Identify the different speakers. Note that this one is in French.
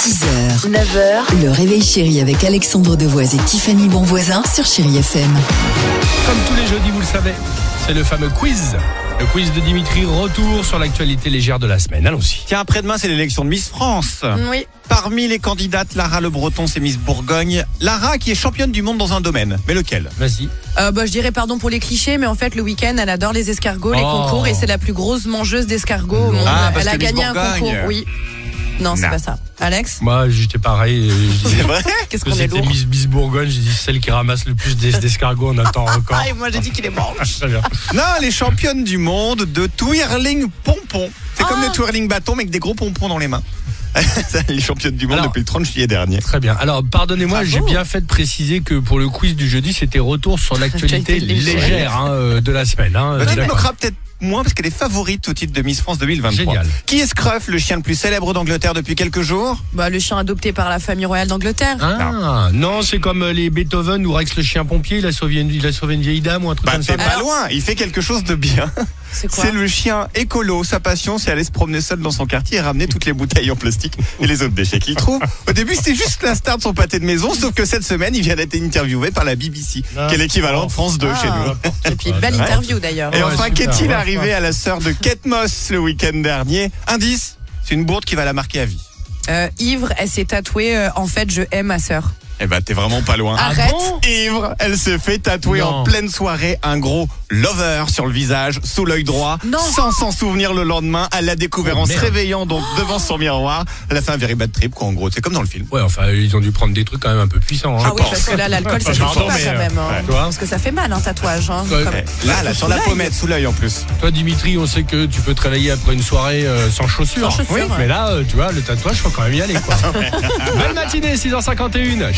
Speaker 1: 6h, 9h, le réveil chéri avec Alexandre Devoise et Tiffany Bonvoisin sur Chéri FM.
Speaker 2: Comme tous les jeudis, vous le savez, c'est le fameux quiz. Le quiz de Dimitri, retour sur l'actualité légère de la semaine. Allons-y.
Speaker 3: Tiens, après-demain, c'est l'élection de Miss France.
Speaker 4: Oui.
Speaker 3: Parmi les candidates, Lara Le Breton, c'est Miss Bourgogne. Lara qui est championne du monde dans un domaine. Mais lequel
Speaker 2: Vas-y.
Speaker 4: Euh, bah, je dirais pardon pour les clichés, mais en fait, le week-end, elle adore les escargots, les
Speaker 2: Oh.
Speaker 4: concours, et c'est la plus grosse mangeuse d'escargots au monde.
Speaker 3: Ah, parce
Speaker 4: elle a
Speaker 3: que Miss
Speaker 4: gagné un
Speaker 3: Bourgogne.
Speaker 4: concours, oui. Non, c'est
Speaker 3: Non. Ah,
Speaker 4: pas ça. Alex
Speaker 2: Moi, j'étais pareil. euh, Je disais
Speaker 3: vrai
Speaker 4: Qu'est-ce
Speaker 2: que
Speaker 4: qu'on est
Speaker 2: c'était
Speaker 4: lourd
Speaker 2: Miss, Miss Bourgogne. J'ai dit celle qui ramasse le plus d'es- d'escargots en un temps record.
Speaker 4: Ah, et moi j'ai dit qu'il est mort.
Speaker 2: Très bien.
Speaker 3: Non, les championnes du monde de twirling pompon. C'est comme le twirling bâton, mais avec des gros pompons dans les mains. les championnes du monde
Speaker 2: Alors-
Speaker 3: depuis le 30 juillet dernier.
Speaker 2: Très bien. Alors, pardonnez-moi,
Speaker 4: Bravo.
Speaker 2: j'ai bien fait de préciser que pour le quiz du jeudi, c'était retour sur l'actualité
Speaker 4: Actualité légère.
Speaker 2: légère hein, euh, de la semaine. hein.
Speaker 3: Bah, tu
Speaker 2: D'accord.
Speaker 3: bloqueras peut-être moins parce qu'elle est favorite au titre de Miss France 2023.
Speaker 2: Génial.
Speaker 3: Qui est Scruff, le chien le plus célèbre d'Angleterre depuis quelques jours
Speaker 4: Bah, le chien adopté par la famille royale d'Angleterre.
Speaker 2: Ah, non, c'est comme euh, les Beethoven ou Rex le chien pompier, il a sauvé une, il a sauvé une vieille dame ou un truc
Speaker 3: Bah
Speaker 2: comme ça.
Speaker 3: t'es pas
Speaker 4: Alors-
Speaker 3: loin, il fait quelque chose de bien.
Speaker 4: c'est quoi
Speaker 3: C'est le chien écolo. Sa passion, c'est aller se promener seul dans son quartier et ramener toutes les bouteilles en plastique et les autres déchets qu'il trouve. Au début, c'était juste la star de son pâté de maison, sauf que cette semaine, il vient d'être interviewé par la BBC,
Speaker 2: Ah,
Speaker 3: qui est l'équivalent de France 2
Speaker 4: Ah.
Speaker 3: chez nous.
Speaker 4: Et puis, belle
Speaker 3: Ouais.
Speaker 4: interview d'ailleurs.
Speaker 3: Et
Speaker 2: Ouais,
Speaker 3: enfin,
Speaker 2: super,
Speaker 3: qu'est-il
Speaker 2: ouais.
Speaker 3: arrivé à la sœur de Kate Moss le week-end dernier Indice, c'est une bourde qui va la marquer à vie.
Speaker 4: Euh, Ivre, elle s'est tatouée euh, en fait, je aime ma sœur.
Speaker 3: Eh ben, t'es vraiment pas loin.
Speaker 4: Arrête
Speaker 3: Ivre, elle se fait tatouer
Speaker 2: Non.
Speaker 3: en pleine soirée un gros lover sur le visage, sous l'œil droit,
Speaker 4: Non.
Speaker 3: sans s'en souvenir le lendemain. Elle l'a découvert
Speaker 2: Oh,
Speaker 3: en se
Speaker 2: merde.
Speaker 3: réveillant donc devant son miroir. Elle a fait un very bad trip, quoi, en gros. C'est comme dans le film.
Speaker 2: Ouais, enfin, ils ont dû prendre des trucs quand même un peu puissants. hein.
Speaker 4: Ah oui,
Speaker 3: pense.
Speaker 4: parce que là, l'alcool, ça
Speaker 2: Je
Speaker 4: se pas quand
Speaker 2: pense, mais, euh,
Speaker 4: même. hein.
Speaker 3: ouais.
Speaker 2: Tu vois
Speaker 4: Parce que ça fait mal un tatouage. hein,
Speaker 2: Ouais.
Speaker 4: comme-
Speaker 3: Eh, Là, elle a sur la
Speaker 4: Sous l'œil.
Speaker 3: pommette, sous l'œil en plus.
Speaker 2: Toi, Dimitri, on sait que tu peux travailler après une soirée euh, sans chaussures.
Speaker 4: Sans chaussures,
Speaker 2: Oui,
Speaker 4: ouais.
Speaker 2: mais là, euh, tu vois, le tatouage, faut quand même y aller, quoi. Belle matinée, 6h51,